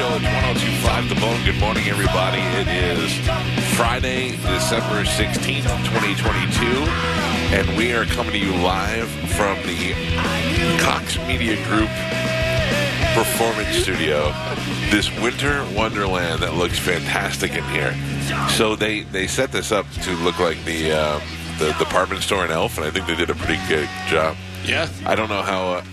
oh Live the Bone. Good morning, everybody. It is Friday, December 16th, 2022, and we are coming to you live from the Cox Media Group Performance Studio, this winter wonderland that looks fantastic in here. So they, they set this up to look like the, uh, the department store in Elf, and I think they did a pretty good job. Yeah. I don't know how. Uh,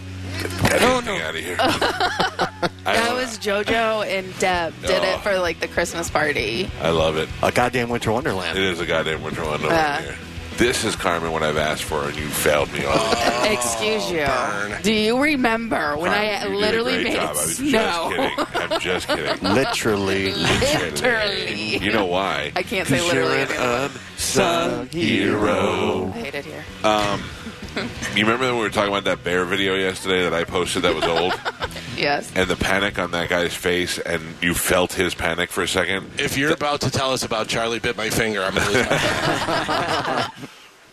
get Oh, anything no. out of here. I That don't- was JoJo and Deb did Oh. it for like the Christmas party. I love it. A goddamn winter It wonderland. is a goddamn winter wonderland Yeah. here. This is Carmen when I've asked for, and you failed me. On. Excuse you. burn. Do you remember Oh. when I Carmen, Oh, you did a literally great made job. I was snow? just kidding. I'm just kidding. Literally. literally. You know why? I can't say literally Uh, anymore. unsung I hero. hate it here. You remember when we were talking about that bear video yesterday that I posted that was old, Yes. and the panic on that guy's face, and you felt his panic for a second. If you're about to tell us about Charlie bit my finger, I'm going to lose my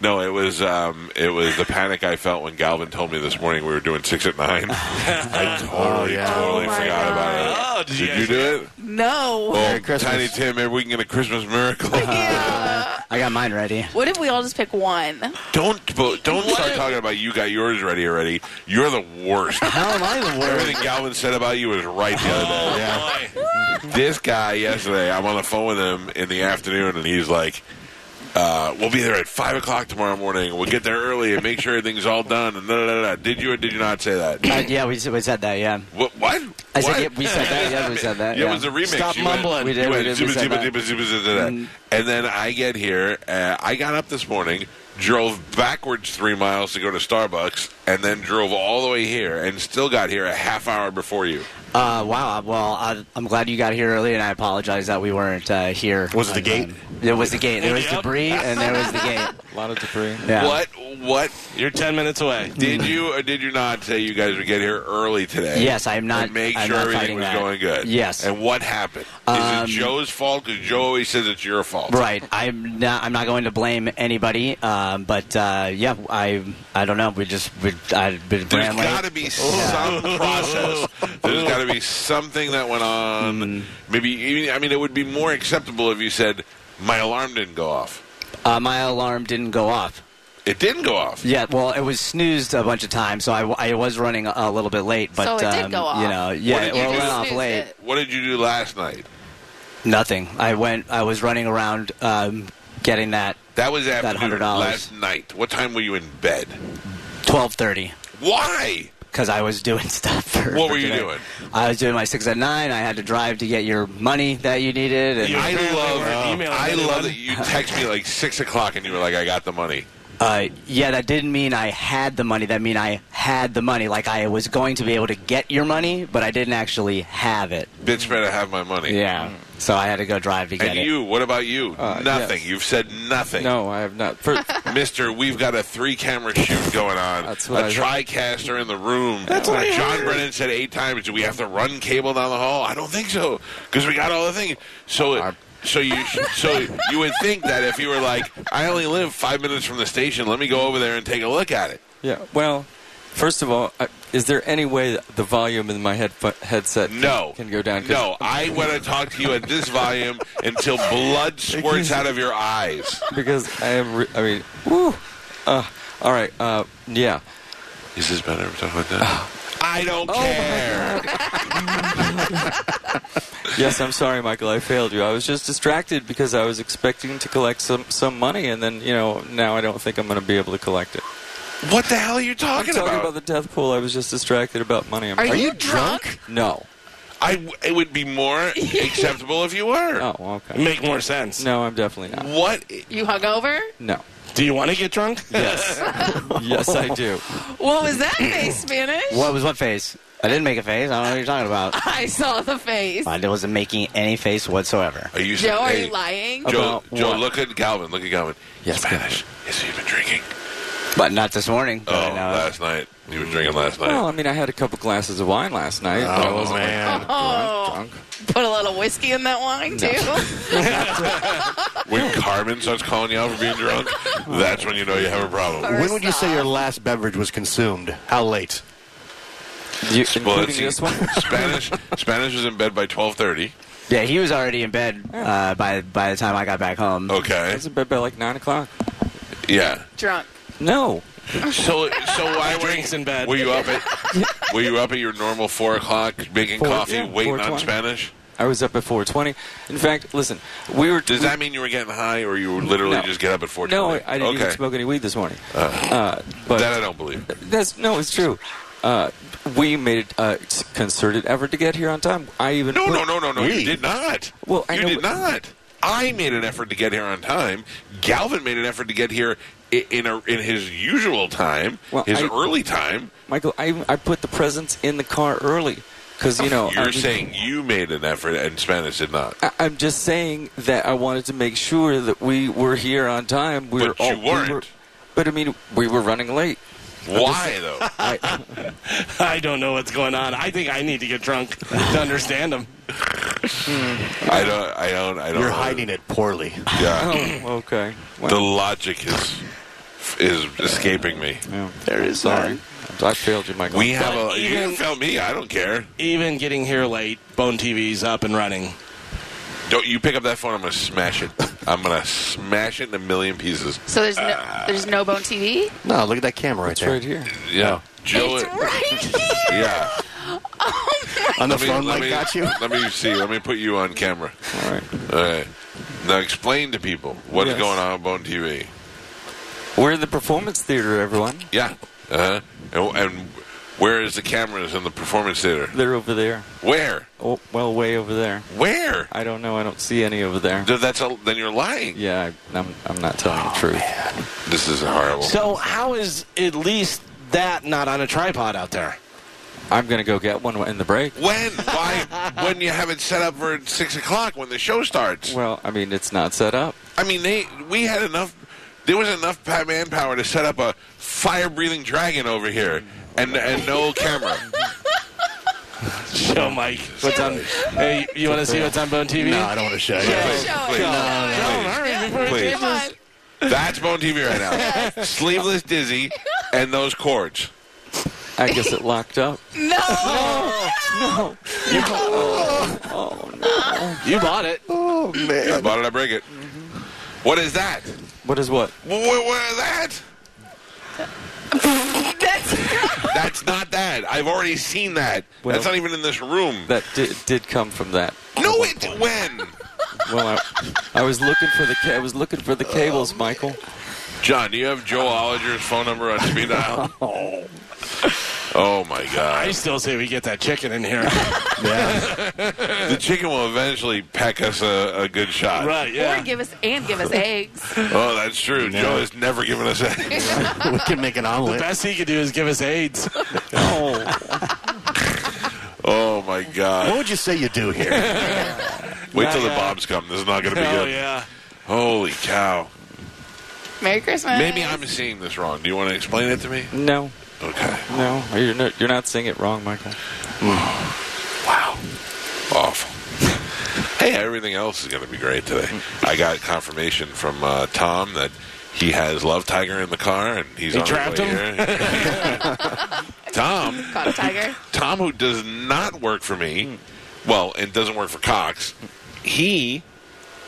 No, it was um, it was the panic I felt when Galvin told me this morning we were doing six at nine. I totally, yeah. totally Oh, my forgot about God. it. Oh, did you did you guys- do it? No. Oh, Merry Christmas. Tiny Tim, maybe we can get a Christmas miracle. I got mine ready. What if we all just pick one? don't bo- don't What? start talking about you got yours ready already. You're the worst. How Oh, am I the worst? Everything Galvin said about you was right the other day. boy. This guy yesterday, I'm on the phone with him in the afternoon, and he's like, uh, "We'll be there at five o'clock tomorrow morning. We'll get there early and make sure everything's all done." And da, da, da, da. did you or did you not say that? Uh, yeah, we, s- we said that. Yeah, what? what? I said What? yeah, we said that. Yeah, we said that. Yeah, Yeah, it was a remix. Stop You went- mumbling. We did, you we went did, we zibba, zibba, said that. Mm. zibba, zibba, zibba, zibba. And then I get here. Uh, I got up this morning, drove backwards three miles to go to Starbucks, and then drove all the way here, and still got here a half hour before you. Uh, wow. Well, I, I'm glad you got here early, and I apologize that we weren't uh, here. Was it the on gate? time. It was the gate. There was Yep. debris, and there was the gate. A lot of debris. Yeah. Mm. What? What You're 10 minutes away. did you or did you not say you guys would get here early today? Yes, I'm not- And make I'm sure not everything fighting was that. going good. Yes. And what happened? Um, Is it Joe's fault? Because Joe always says it's your fault. Right. I'm not. I'm not going to blame anybody. Um, but uh, yeah, I. I don't know. We just. We, I been There's ran late. got to be some process. There's got to be something that went on. Mm-hmm. Maybe even, I mean, it would be more acceptable if you said, "My alarm didn't go off." uh, my alarm didn't go off. It didn't go off. Yeah, well, it was snoozed a bunch of times, so I, w- I was running a, a little bit late. But So it did um, go off. you know, yeah, did it you do? well, it went You off snoozed late. it. What did you do last night? Nothing. I went. I was running around um, getting that That was after $100. last night. What time were you in bed? twelve thirty Why? because I was doing stuff. For, What for were you today. doing? I was doing my six at nine. I had to drive to get your money that you needed. And, You I apparently weren't love. emailing I love anyone. that you text me like six o'clock and you were like, "I got the money." uh, yeah, that didn't mean I had the money. That mean I had the money. Like I was going to be able to get your money, but I didn't actually have it. Bitch, better have my money. Yeah. So I had to go drive to get And it. you? What about you? Uh, nothing. yes. You've said nothing. No, I have not. First, Mister, we've got a three-camera shoot going on. That's what a I heard. TriCaster in the room. That's what John Brennan said eight times. Do we have to run cable down the hall? I don't think so because we got all the things. So, I'm- so you, sh- so you would think that if you were like, I only live five minutes from the station, let me go over there and take a look at it. yeah. Well, first of all, I, is there any way that the volume in my head headset can, No, can go down? 'Cause No, I want to talk to you at this volume until blood squirts out of your eyes. because I am. Re- I mean, woo. Uh, all right. Uh, yeah. Is this better? We're talking about that. I don't Oh my care. Yes, I'm sorry, Michael. I failed you. I was just distracted because I was expecting to collect some some money, and then you know now I don't think I'm going to be able to collect it. What the hell are you I'm talking, talking about. the death pool. I was just distracted about money. I'm Are, sorry. you, drunk? No. I w- it would be more acceptable if you were. Oh, okay. Make more sense. No, I'm definitely not. What? You hungover? No. Do you want to get drunk? Yes. yes, I do. What was that face, Spanish? What was what face? I didn't make a face. I don't know what you're talking about. I saw the face. I wasn't making any face whatsoever. Are you? Joe, are hey, you lying? Joe, About Joe, what? look at Galvin. Look at Galvin. Yes, Spanish. Yes, he been drinking. But not this morning. Oh, but uh, I know. last night he was drinking last night. Well, I mean, I had a couple glasses of wine last night. but I wasn't man. Oh. drunk. Put a little whiskey in that wine, too. When Carmen starts calling you out for being drunk, that's when you know you have a problem. When would you say your last beverage was consumed? How late? You, Well, including let's see. this one? Spanish. Spanish was in bed by twelve thirty. Yeah, he was already in bed uh, by by the time I got back home. I Okay. was in bed by like nine o'clock. Yeah. Drunk. No, So so why were Drinks in bed. were you up at were you up at your normal four o'clock making Four- coffee, yeah, waiting on 4:20. Spanish? I was up at four twenty. In fact, listen, we were. Does that mean you were getting high, or you were literally No. just get up at four? No, I didn't okay. even smoke any weed this morning. Uh, but That I don't believe. That's no, it's true. Uh, we made a concerted effort to get here on time. I even No, put- no, no, no, no. We- You did not. Well, I you know- did not. I made an effort to get here on time. Galvin made an effort to get here i- in a, in his usual time, Well, his I- early time. Michael. I I put the presents in the car early because you know You're I mean, saying you made an effort, and Spanish did not. I, I'm just saying that I wanted to make sure that we were here on time. We But were you all, we weren't. were- but I mean, we were running late. Why though? I, I don't know what's going on. I think I need to get drunk to understand him. I don't. I don't. I don't. You're know. hiding it poorly. Yeah. oh, okay. The Well, logic is is escaping me. There is sorry. I failed you, Michael. We have a. You can even- tell me. I don't care. Even getting here late, Bone TV's up and running. Don't you pick up that phone? I'm gonna smash it. I'm gonna smash it in a million pieces. So there's no there's no bone TV. No, look at that camera right it's there. right here. Yeah, Joe. It's right here. uh, Yeah. Oh On the Let me- let phone, like me- got you. Let me see. Let me put you on camera. All right. All right. Now explain to people what's Yes. going on on Bone TV. We're in the performance theater, everyone. Yeah. Uh huh. And, and where is the cameras in the performance theater? They're over there. Where? Oh, well, way over there. Where? I don't know. I don't see any over there. Th- That's a, then you're lying. Yeah, I, I'm, I'm not telling the truth. This is horrible. So How is at least that not on a tripod out there? I'm going to go get one in the break. when? Why? when you have it set up for six o'clock when the show starts? Well, I mean, it's not set up. I mean, they we had enough. There was enough pa- manpower to set up a fire-breathing dragon over here, and and no camera. Show Mike what's on. Hey, you want to see what's on Bone TV? No, I don't want to show you. Please, Show it. please. Show it. Please. Come on. That's Bone TV right now. Sleeveless Dizzy and those cords. I guess it locked up. No. You bought it. I bought it, I break it. What is that? What is what? Wh- wh- What is that? That's That's not that. I've already seen that. Well- That's not even in this room. That did, did come from that. no, it when? Well, I, I was looking for the ca- I was looking for the cables, Michael. John, do you have Joe Ollinger's phone number on speed dial? Oh my I God! still say we get that chicken in here. The chicken will eventually peck us a, a good shot. right? or Yeah. give us and give us eggs. Oh, that's true. Joe has never given us a. We can make an omelet. Best he could do is give us AIDS. Oh my What God! would you say you do here? Wait till the Bobs come. This is not going to be Oh good. yeah. Holy cow! Merry Christmas. Maybe I'm seeing this wrong. Do you want to explain it to me? No, Okay. no, you're not, you're not saying it wrong, Michael. Wow. Awful. Hey, everything else is going to be great today. I got confirmation from uh, Tom that he has Love Tiger in the car and he's He on his trapped way him? here. Tom, caught a tiger. Tom, who does not work for me, well, and doesn't work for Cox, he,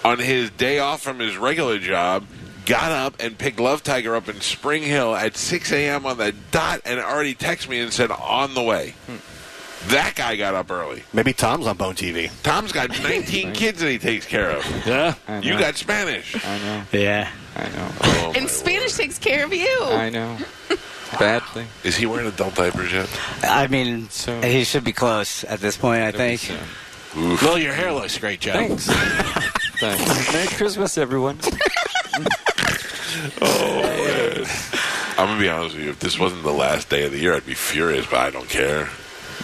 on his day off from his regular job, got up and picked Love Tiger up in Spring Hill at 6 a.m. on the dot and already texted me and said, on the way. That guy got up early. Maybe Tom's on Bone TV. Tom's got 19 kids that he takes care of. Yeah. I know. You got Spanish. I know. Yeah. I know. Oh, my And Spanish word. takes care of you. I know. Badly. Is he wearing adult diapers yet? I mean, So- he should be close at this point. I think. So, Oof. Well, your hair looks great, Joe. Thanks. Thanks. Merry Christmas, everyone. I'm gonna be honest with you. If this wasn't the last day of the year, I'd be furious. But I don't care.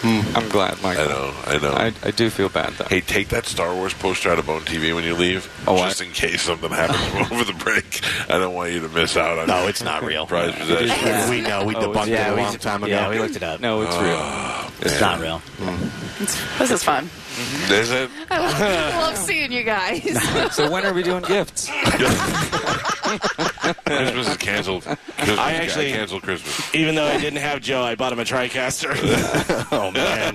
I'm glad, I Michael. know. I know. I, I do feel bad though. hey, take that Star Wars poster out of Bone TV when you leave, Oh, I- just in case something happens over the break. I don't want you to miss out on. No, it's not real. prize possession. We know. We Oh, debunked Yeah, it a we, long time ago. yeah, we looked it up. No, it's it's not real. This is fun. Is it? Oh. I love seeing you guys. real. So when are we doing gifts? Christmas is canceled. Christmas, I actually- canceled Christmas. Even though I didn't have Joe, I bought him a TriCaster. Oh man,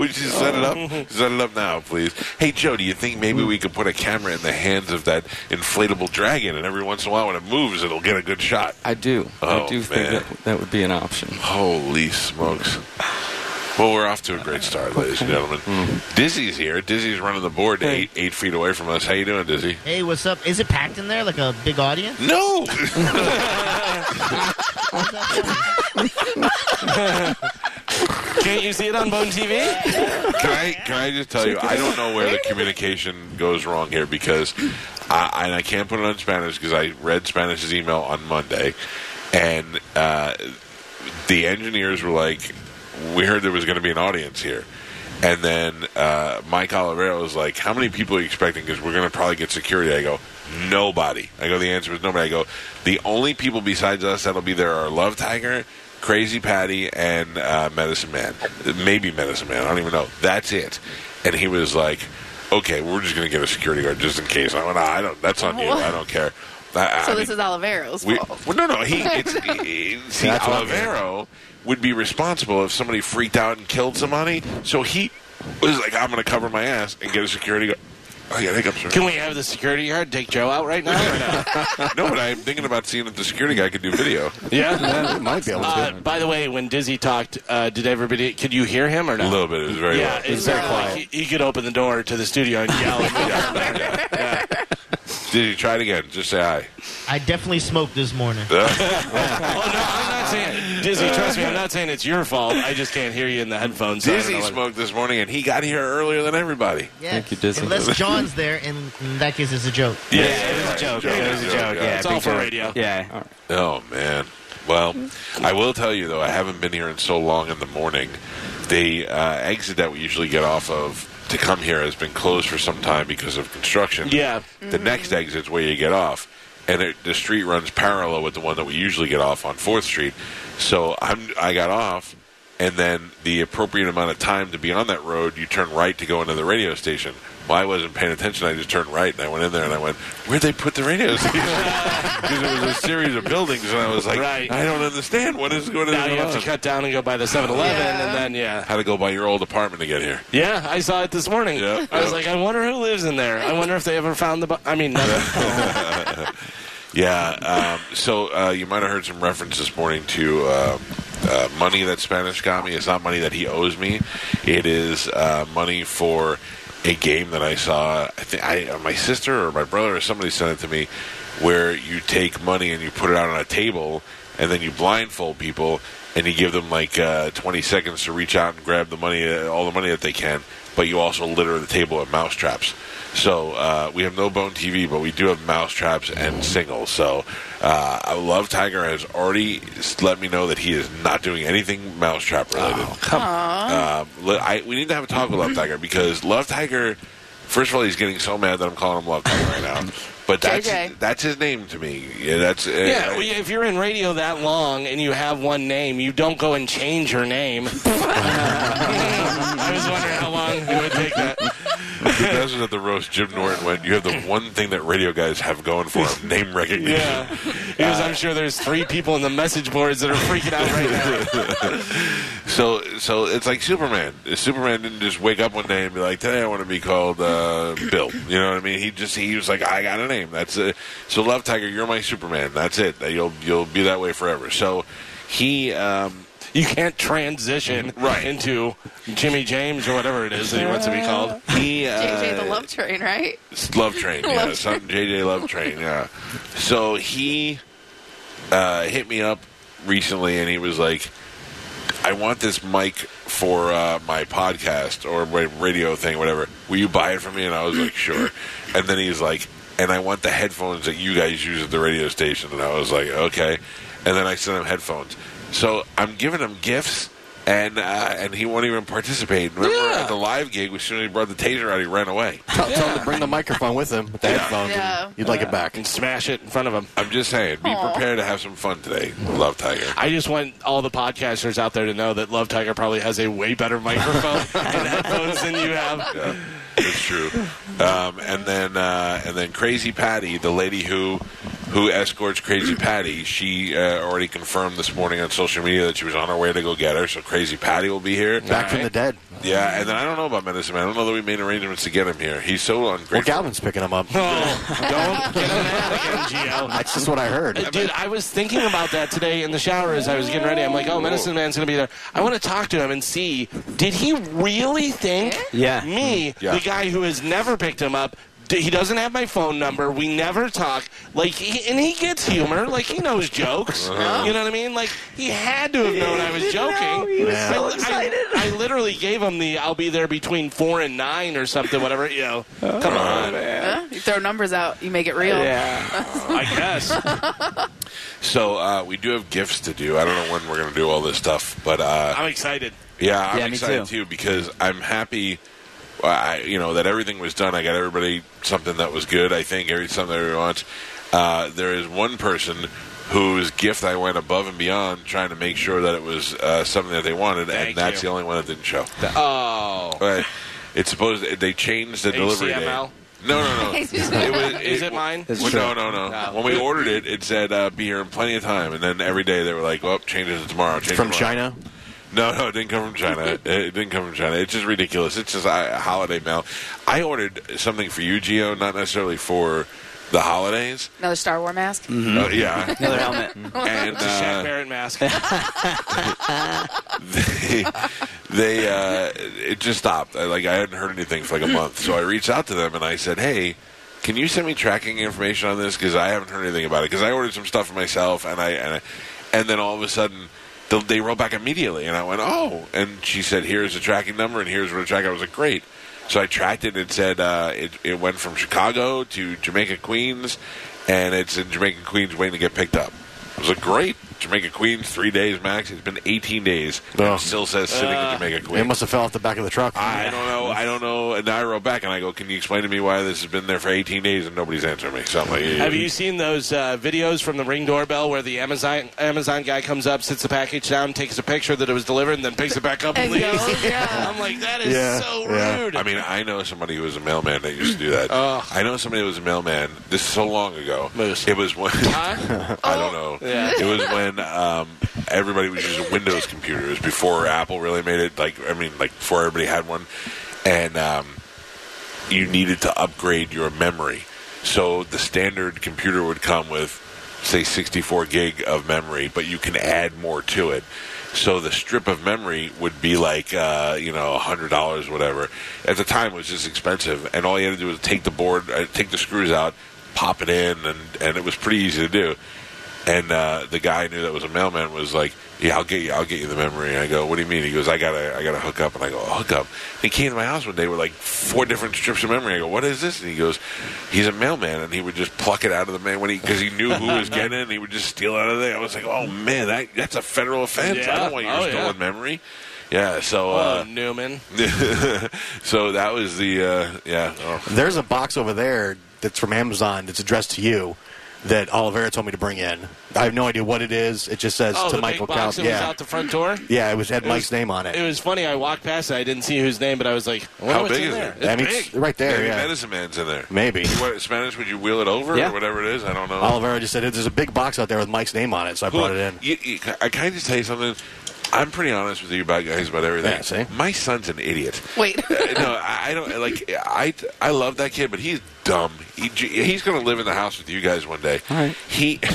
Would you set it up? Set it up now, please. Hey, Joe, do you think maybe we could put a camera in the hands of that inflatable dragon, and every once in a while, when it moves, it'll get a good shot? I do. Oh, I do man. think that, that would be an option. Holy smokes. Well, we're off to a great start, ladies and gentlemen. Dizzy's here. Dizzy's running the board eight eight feet away from us. How you doing, Dizzy? Hey, what's up? Is it packed in there like a big audience? No, Can't you see it on Bone TV? can I can I just tell you? I don't know where the communication goes wrong here because, I, and I can't put it on Spanish because I read Spanish's email on Monday, and uh, the engineers were like, "We heard there was going to be an audience here." And then uh, Mike Olivero was like, "How many people are you expecting?" Because we're going to probably get security. I go, "Nobody." I go, "The answer is nobody." I go, "The only people besides us that'll be there are Love Tiger, Crazy Patty, and uh, Medicine Man. Maybe Medicine Man. I don't even know. That's it." And he was like, "Okay, we're just going to get a security guard just in case." I went, "Ah, "I don't. That's on you. I don't care." I- I So mean- this is Olivero's we, fault. well, no, no. He, it's, it, see, That's what I'm Olivero would be responsible if somebody freaked out and killed somebody. So he was like, "I'm going to cover my ass and get a security guard." Oh, I got hiccups. Can Right? we have the security guard take Joe out right now? no, but I'm thinking about seeing if the security guy could do video. yeah. we might be able to. Uh, by the way, when Dizzy talked, uh, did everybody? Could you hear him or A not? little bit. It was very Yeah, low. it's very quiet. He, he could open the door to the studio and yell. Oh, Did you try it again? Just say hi. I definitely smoked this morning. oh no, I'm not saying Dizzy. Trust me, I'm not saying it's your fault. I just can't hear you in the headphones. so I don't Dizzy know what- smoked this morning, and he got here earlier than everybody. Yeah. Thank you, Disney. Unless John's there, and in that case, it's a joke. Yeah, it was a joke. Yeah, it was a joke. joke, Yeah, it's all for radio. Yeah. Oh man. Well, I will tell you though, I haven't been here in so long in the morning. The uh, exit that we usually get off of to come here has been closed for some time because of construction. Yeah. The Mm-hmm. next exit's where you get off, and it, the street runs parallel with the one that we usually get off on Fourth Street. So I'm I got off, and then the appropriate amount of time to be on that road, you turn right to go into the radio station. Well, I wasn't paying attention. I just turned right, and I went in there, and I went, "Where'd they put the radio station?" Because it was a series of buildings, and I was like, Right. "I don't understand what is going Now on." you have to cut down and go by the 7-Eleven, and then yeah. How to go by your old apartment to get here? Yeah, I saw it this morning. Yeah, I was yeah. like, I wonder who lives in there. I wonder if they ever found the. Bu- I mean, nothing. Yeah. Um, so uh, you might have heard some reference this morning to uh, uh, money that Spanish got me. It's not money that he owes me. It is uh, money for a game that I saw. I think I, uh, my sister or my brother or somebody sent it to me, where you take money and you put it out on a table, and then you blindfold people and you give them like uh, 20 seconds to reach out and grab the money, uh, all the money that they can. But you also litter the table with mouse traps. So uh, we have no bone TV, but we do have mouse traps and singles. So uh, I love Tiger has already s- let me know that he is not doing anything mouse trap related. Oh, Uh, li- I, we need to have a talk with Love Tiger because Love Tiger. First of all, he's getting so mad that I'm calling him Love Tiger right now. But that's JJ. that's his name to me. Yeah, that's uh, yeah, well, yeah, if you're in radio that long and you have one name, you don't go and change your name. I was wondering how long it would take that. The best was at the roast. Jim Norton went, "You have the one thing that radio guys have going for them: name recognition." Yeah, because I'm sure there's three people in the message boards that are freaking out right now. So, so it's like Superman. Superman didn't just wake up one day and be like, "Today I want to be called uh, Bill." You know what I mean? He just he was like, "I got a name." That's it. So, Love Tiger, you're my Superman. That's it. You'll you'll be that way forever. So, he. Um, You can't transition Right. into Jimmy James or whatever it is that he wants to be called. he uh, JJ the Love Train, right? Love Train, yeah. Love Something JJ Love Train, yeah. So he uh, hit me up recently and he was like, I want this mic for uh, my podcast or my radio thing, whatever. Will you buy it for me? And I was like, sure. And then he's like, and I want the headphones that you guys use at the radio station. And I was like, okay. And then I sent him headphones. So I'm giving him gifts. And uh, and he won't even participate. Remember at the live gig, as soon as he brought the taser out, he ran away. Tell, tell him to bring the microphone with him, with the headphones. Yeah. and You'd like it back. And smash it in front of him. I'm just saying, be Aw. prepared to have some fun today. Love Tiger. I just want all the podcasters out there to know that Love Tiger probably has a way better microphone and headphones than you have. It's true. Um, and then uh, and then Crazy Patty, the lady who who escorts Crazy Patty. She uh, already confirmed this morning on social media that she was on her way to go get her, so Crazy Patty will be here. Back from the dead. Yeah, and then I don't know about Medicine Man. I don't know that we made arrangements to get him here. He's so Well, ungrateful. Galvin's picking him up. Don't get him out again, Gio. That's just what I heard. Uh, Dude, I was thinking about that today in the shower as I was getting ready. I'm like, oh, Medicine Man's going to be there. I want to talk to him and see did he really think Yeah. me, Yeah. the guy who has never picked him up, d- he doesn't have my phone number. We never talk. Like, he, and he gets humor. Like, he knows jokes. You know what I mean? Like, he had to have known I was joking. I, I- I, literally gave him the I'll be there between four and nine or something, whatever. You know, Oh. come on. Huh? You throw numbers out, you make it real. I guess. So uh, we do have gifts to do. I don't know when we're going to do all this stuff, but uh, I'm excited. Yeah, I'm Yeah, me excited too. too. because I'm happy. uh, I, you know that everything was done. I got everybody something that was good. I think every something everybody wants. Uh, there is one person whose gift I went above and beyond trying to make sure that it was uh, something that they wanted, and Thank that's you. the only one that didn't show. Oh. But it's supposed they changed the delivery date. HCML? No, no, no. it was, Is it mine? Oh. That's well, true. no, no, no, No. When we ordered it, it said uh, be here in plenty of time, and then every day they were like, "Well, change it to tomorrow." Change it From tomorrow. China. No, no, it didn't come from China. it didn't come from China. It's just ridiculous. It's just a holiday mail. I ordered something for you, Gio, not necessarily for the holidays. Another Star War mask. Uh, yeah, Another helmet. and Shaq uh, Barrett mask. they, they uh, it just stopped. I, like I hadn't heard anything for like a month, so I reached out to them and I said, "Hey, can you send me tracking information on this? Because I haven't heard anything about it. Because I ordered some stuff for myself, and I and, I, and then all of a sudden." th- They wrote back immediately, and I went, "Oh!" And she said, "Here's the tracking number, and here's where to track." I was like, "Great!" So I tracked it. It said uh, it, it went from Chicago to Jamaica, Queens, and it's in Jamaica, Queens, waiting to get picked up. I was like, "Great!" Jamaica, Queens, three days max. It's been 18 days. and Oh. it still says sitting in Jamaica, It Queens. must have fell off the back of the truck. I don't know. I don't know. And I wrote back and I go, "Can you explain to me why this has been there for 18 days and nobody's answering me?" So I'm like, Have you seen those uh, videos from the Ring doorbell where the Amazon Amazon guy comes up, sits the package down, takes a picture that it was delivered, and then picks it back up and And leaves? goes, yeah. I'm like, that is Yeah, so yeah. rude. I mean, I know somebody who was a mailman that used to do that. Uh. I know somebody who was a mailman. This is so long ago. Moose. It was when Huh? I don't know. Yeah. It was when um, everybody was using Windows computers before Apple really made it. Like I mean, like before everybody had one, and um, you needed to upgrade your memory. So the standard computer would come with, say, 64 gig of memory, but you can add more to it. So the strip of memory would be like, uh, you know, hundred dollars, whatever. At the time, it was just expensive, and all you had to do was take the board, uh, take the screws out, pop it in, and and it was pretty easy to do. And uh, the guy I knew that was a mailman was like, "Yeah, I'll get you. I'll get you the memory." And I go, "What do you mean?" He goes, "I gotta, I gotta hook up." And I go, "Hook up." He came to my house one day with like four different strips of memory. I go, "What is this?" And he goes, "He's a mailman," and he would just pluck it out of the man when he because he knew who was getting it. and He would just steal out of there. I was like, "Oh man, that, that's a federal offense. I Yeah. don't want your Oh, yeah. stolen memory." Yeah. So, oh, uh, Newman. so that was the uh, yeah. Oh. There's a box over there that's from Amazon that's addressed to you that Oliveira told me to bring in. I have no idea what it is. It just says Oh, to the Michael big box Calvin. that was Yeah. out the front door. yeah, it was had was- Mike's name on it. It was funny. I walked past it. I didn't see whose name, but I was like, I wonder How what's big in is there. it? I mean, it's right there. Maybe yeah. Medicine Man's in there. Maybe. You want it Spanish? Would you wheel it over Yeah. or whatever it is? I don't know. Oliveira just said, there's a big box out there with Mike's name on it, so I Well, brought it in. you- you- I can I just tell you something? I'm pretty honest with you about guys about everything. Yeah, see? My son's an idiot. Wait. Uh, no, I I don't like. I I love that kid, but he's dumb. He, he's going to live in the house with you guys one day. He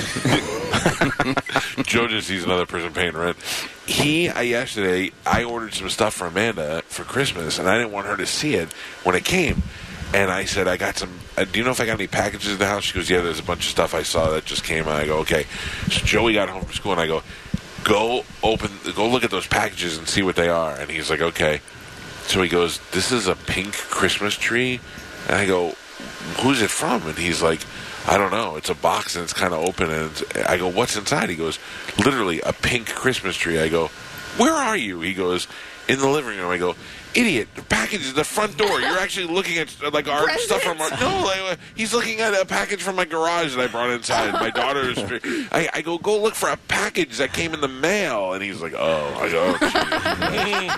Joe just sees another person paying rent. He I, yesterday I ordered some stuff for Amanda for Christmas, and I didn't want her to see it when it came. And I said, I got some. Uh, do you know if I got any packages in the house? She goes, Yeah, there's a bunch of stuff I saw that just came. And I go, Okay. So Joey got home from school, and I go, Go open, go look at those packages and see what they are. And he's like, Okay. So he goes, This is a pink Christmas tree? And I go, Who's it from? And he's like, I don't know. It's a box and it's kind of open. And it's, I go, What's inside? He goes, Literally a pink Christmas tree. I go, Where are you? He goes, In the living room. I go, Idiot, the package is at the front door. You're actually looking at like our stuff from our. No, like, he's looking at a package from my garage that I brought inside. My daughter's. I, I go, Go look for a package that came in the mail. And he's like, Oh, I go, oh,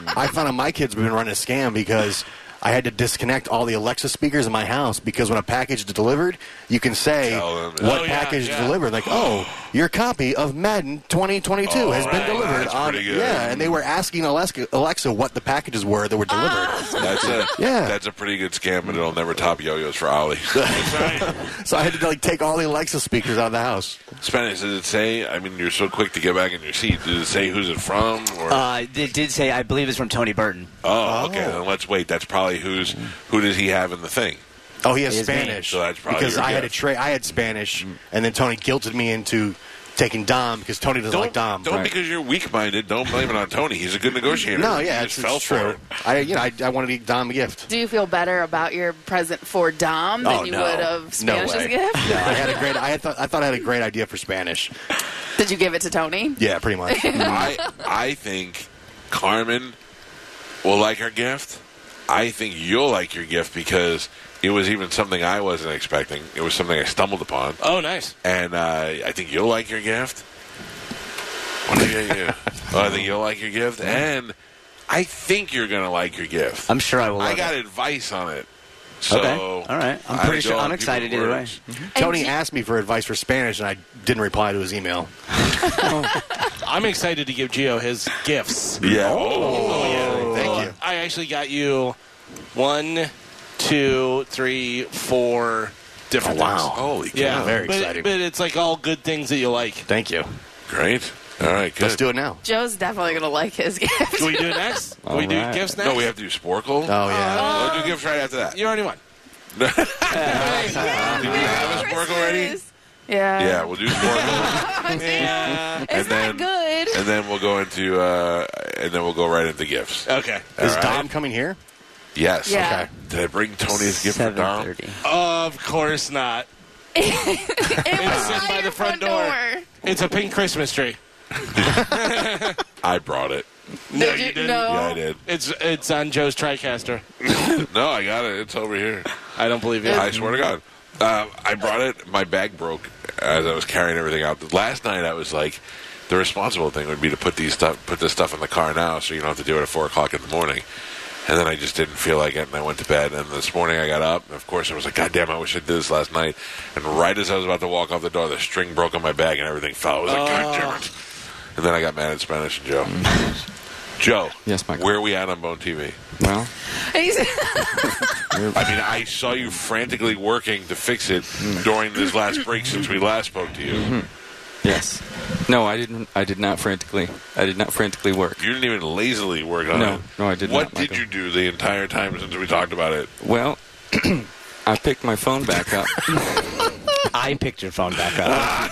geez." I found out my kids have been running a scam because I had to disconnect all the Alexa speakers in my house because when a package is delivered, you can say Tell them. what Oh, yeah, package is yeah. delivered. Like, oh, your copy of Madden 2022 Oh, has been right, delivered. that's on, pretty good. Yeah, and they were asking Alexa, Alexa what the packages were that were delivered. That's a Yeah. That's a pretty good scam, and it'll never top yo-yos for Ollie. So I had to like take all the Alexa speakers out of the house. Spanish? Does it say? I mean, you're so quick to get back in your seat. Does it say who's it from? Or Uh, it did say, I believe it's from Tony Burton. oh, okay. Then let's wait. That's probably who's who does he have in the thing? Oh, he has His name. Spanish. So that's probably because your I had a guess. tray. I had Spanish, and then Tony guilted me into taking Dom because Tony doesn't Don't like Dom. don't Right. because you're weak-minded. Don't blame it on Tony. He's a good negotiator. no, He yeah, it's, just fell it's for true. it. I, you know, I, I wanted to eat Dom a gift. Do you feel better about your present for Dom than Oh, you no. would of No Spanish's way. gift? No, I had a great. I had thought I thought I had a great idea for Spanish. Did you give it to Tony? Yeah, pretty much. I I think Carmen will like her gift. I think you'll like your gift because it was even something I wasn't expecting. It was something I stumbled upon, Oh, nice. and uh, I think you'll like your gift. What do you you? well, I think you'll like your gift, and I think you're gonna like your gift. I'm sure I will. I love got it. advice on it. So Okay. All right. I'm I pretty go sure- on I'm people's excited either way. words. Tony do- asked me for advice for Spanish, and I didn't reply to his email. I'm excited to give Gio his gifts. Mm-hmm. Yeah. Oh. Thank you. I actually got you one, two, three, four different Oh, wow. things. Holy cow. Yeah, very but, exciting. But it's like all good things that you like. Thank you. Great. All right. Good. Let's do it now. Joe's definitely gonna like his gift. Do we do it next? Do we All do right. gifts next? No, we have to do Sporkle. Oh yeah. we'll do gifts right after that. You already won. Did we have a Sporkle already? Yeah. Yeah, we'll do Sporkle, Yeah. It's and then- not good. and then we'll go into, uh, and then we'll go right into gifts. Okay. All Is right. Dom coming here? Yes. Yeah. Okay. Did I bring Tony's gift for Dom? 7:30. Of course not. It was sitting by, by your the front door. It's a pink Christmas tree. I brought it. No, Did you you- didn't. no. Yeah, I did. It's it's on Joe's TriCaster. No, I got it. It's over here. I don't believe you. I swear to God. Uh, I brought it. My bag broke as I was carrying everything out. Last night, I was like, the responsible thing would be to put these stuff, put this stuff in the car now, so you don't have to do it at four o'clock in the morning. And then I just didn't feel like it, and I went to bed. And this morning, I got up, and of course, I was like, "God damn, I wish I did this last night." And right as I was about to walk out the door, the string broke on my bag, and everything fell. I was like, "God damn it!" And then I got mad at Spanish and Joe. Joe, Yes, Michael. where are we at on Bone TV? Well, And he's- I mean, I saw you frantically working to fix it Mm-hmm. during this last break since we last spoke to you. yes. No, I didn't. I did not frantically. I did not frantically work. You didn't even lazily work on No, it. no, I did What not, did Michael. you do the entire time since we talked about it? Well, I picked my phone back up. I picked your phone back up.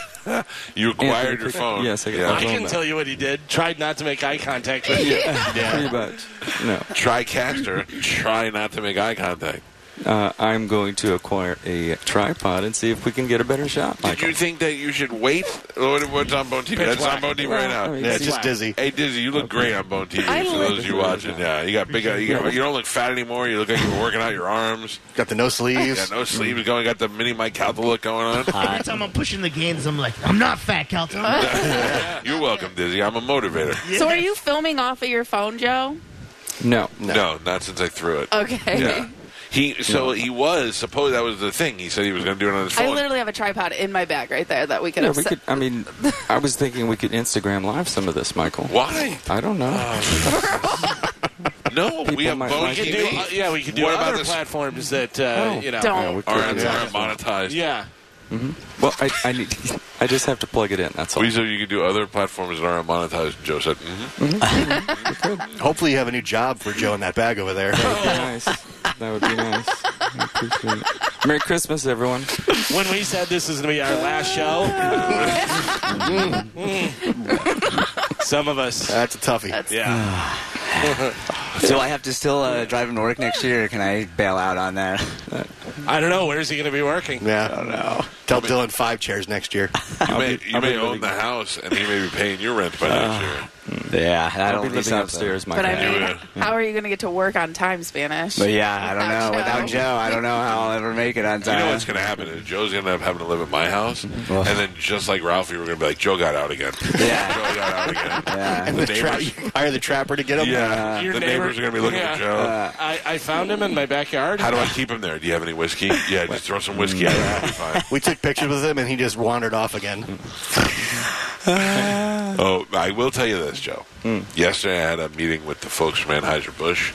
You acquired Anthony, your pick- phone. yes, I got I yeah. my can tell you what he did. Tried not to make eye contact with you. Pretty much. No, Try caster. Try not to make eye contact. uh, I'm going to acquire a tripod and see if we can get a better shot, Did Michael. you think that you should wait? What, what's on Bone TV? That's on black. Bone TV right Well, now. I mean, Yeah, it's just Wow. dizzy. Hey Dizzy, you look great on Bone TV. I For like- those of you watching, yeah, you got big. You, got, you don't look fat anymore. You look like you were working out your arms. Got the no Yeah, sleeves. no sleeves going. Got the mini Mike Calda look going on. Every time I'm pushing the gains, I'm like, I'm not fat, Calton. You're welcome, Dizzy. I'm a motivator. So are you filming off of your phone, Joe? No. No, not since I threw it. Okay. Yeah. He so he was supposed that was the thing. He said he was going to do it on his I phone. literally have a tripod in my bag right there that we could Yeah, have we set- could. I mean, I was thinking we could Instagram live some of this, Michael. Why? I don't Ah, know. No, we have might Bone like TV. We could do, uh, yeah, we could do What about other this- platforms that uh, No. you know Don't. we could- All right, Yeah. monetized. Yeah. Well, I, I need. I just have to plug it in. That's all. We said you could do other platforms that aren't monetized. Joe said, mm-hmm. Hopefully, you have a new job for Joe in that bag over there. That would be nice. That would be nice. I appreciate it. Merry Christmas, everyone. When we said this is going to be our last show, Mm. some of us. That's a toughie. Yeah. Do I have to still uh, drive him to work next year, or can I bail out on that? I don't know. Where's he going to be working? yeah. I don't know. Tell Dylan five chairs next year. "You may, you I'll be may own living- the house, and he may be paying your rent by next year." Yeah, I I'll don't be he's living not upstairs, my But I guy. mean, how are you going to get to work on time, Spanish? But yeah, I don't Without know. Joe. Without Joe, I don't know how I'll ever make it on You time. know what's going to happen is Joe's going to end up having to live at my house, and then just like Ralphie, we're going to be like, Joe got out again. Yeah. Joe got out again. yeah. The The tra- neighbors, hire the trapper to get him. yeah, Your the neighbor- neighbors are going to be looking Yeah. for Joe. I, I found him in my backyard. How do I keep him there? Do you have any whiskey? Yeah, just throw some whiskey at him. It'll be fine. We took pictures with him, and he just wandered off again. Oh, I will tell you this, Joe. Hmm. Yesterday, I had a meeting with the folks from Anheuser Busch,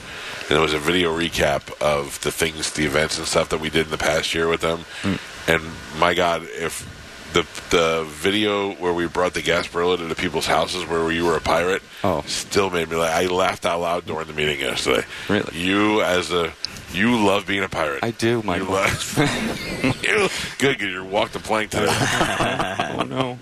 and it was a video recap of the things, the events, and stuff that we did in the past year with them. Hmm. And my God, if the the video where we brought the Gasparilla to the people's houses where you were a pirate, Oh. still made me laugh. I laughed out loud during the meeting yesterday. Really? you as a you love being a pirate. I do, You Michael. love you good because you walked the plank today. Oh no.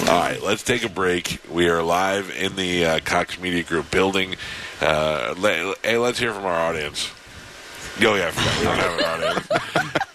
All right, let's take a break. We are live in the uh, Cox Media Group building. Uh, le- hey, let's hear from our audience. Oh, yeah, I forgot. We don't have an audience.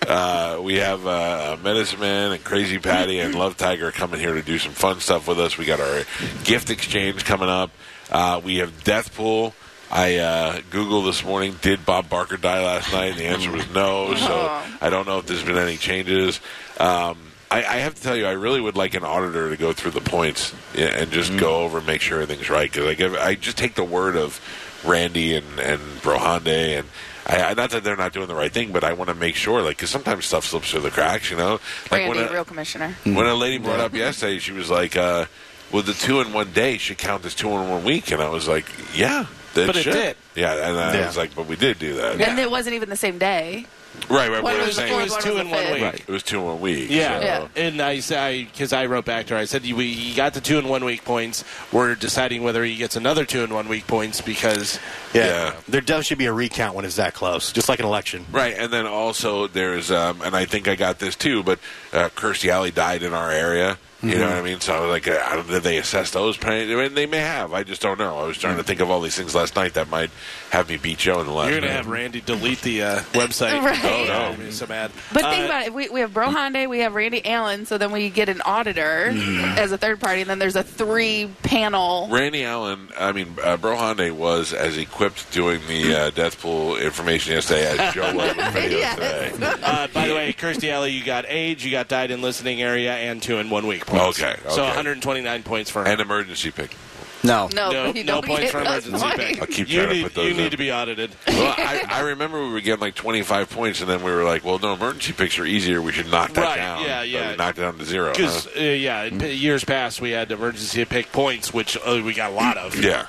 Uh, we have uh, Medicine Man and Crazy Patty and Love Tiger coming here to do some fun stuff with us. We got our gift exchange coming up. Uh, we have Deathpool. I uh, Googled this morning, did Bob Barker die last night? And the answer was no. So Aw. I don't know if there's been any changes. Um, I, I have to tell you, I really would like an auditor to go through the points yeah, and just go over and make sure everything's right. Because I give, I just take the word of Randy and and Brohande and. I, I, not that they're not doing the right thing, but I want to make sure, like, because sometimes stuff slips through the cracks, you know. Like Randy, when a, real commissioner. when a lady brought up yesterday, she was like, uh, "Well, the two in one day should count as two in one week," and I was like, "Yeah, that But it should." did. Yeah, and I Yeah. was like, "But we did do that, And it wasn't even the same day. right?" Right. One What I'm was the saying fourth, It was one two was in the one fifth. week. it was two in one week. Yeah. so- Yeah. and I said because I wrote back to her, I said we you got the two in one week points. We're deciding whether he gets another two in one week points because Yeah. Yeah. There does should be a recount when it's that close, just like an election. Right, and then also there's, um, and I think I got this too, but uh, Kirstie Alley died in our area. You Mm-hmm. know what I mean? So I was like, uh, I don't, did they assess those? pain- I mean, they may have. I just don't know. I was trying to think of all these things last night that might have me beat Joe in the last. Mm. you're gonna minute. have Randy delete the uh, website. Right. Oh no, I'm so mad. But Uh, think about it. We, we have Brohande, we have Randy Allen, so then we get an auditor Mm-hmm. as a third party, and then there's a three panel. Randy Allen, I mean, uh, Brohande was as equipped doing the uh, death pool information yesterday as Joe was with video Yes. today. Uh, by the way, Kirstie Alley, you got age, you got died in listening area, and two in one week points. Okay, okay. So 129 points for her. And Oh, emergency pick. No. No, no, you no don't points get for those emergency points. pick. I'll keep you trying to need, put those you in. need to be audited. Well, I, I remember we were getting like 25 points, and then we were like, well, no, emergency picks are easier. We should knock that Right, down. yeah, So yeah. we knocked it down to zero. Because uh, yeah, in p- years past we had emergency pick points, which uh, we got a lot of. huh? Yeah.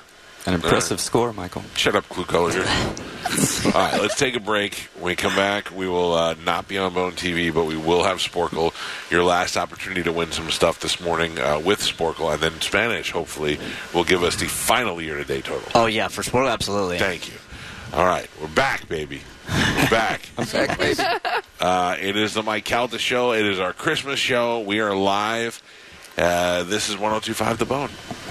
An impressive score, Michael. Shut up, Clue Color. All right, let's take a break. When we come back, we will uh, not be on Bone TV, but we will have Sporkle. Your last opportunity to win some stuff this morning uh, with Sporkle, and then Spanish, hopefully, will give us the final year to day total. Oh yeah, for sport, absolutely. Thank you. All right, we're back, baby. We're back. Uh, it is the Mike Calta show. It is our Christmas show. We are live. Uh, this is 1025 The Bone.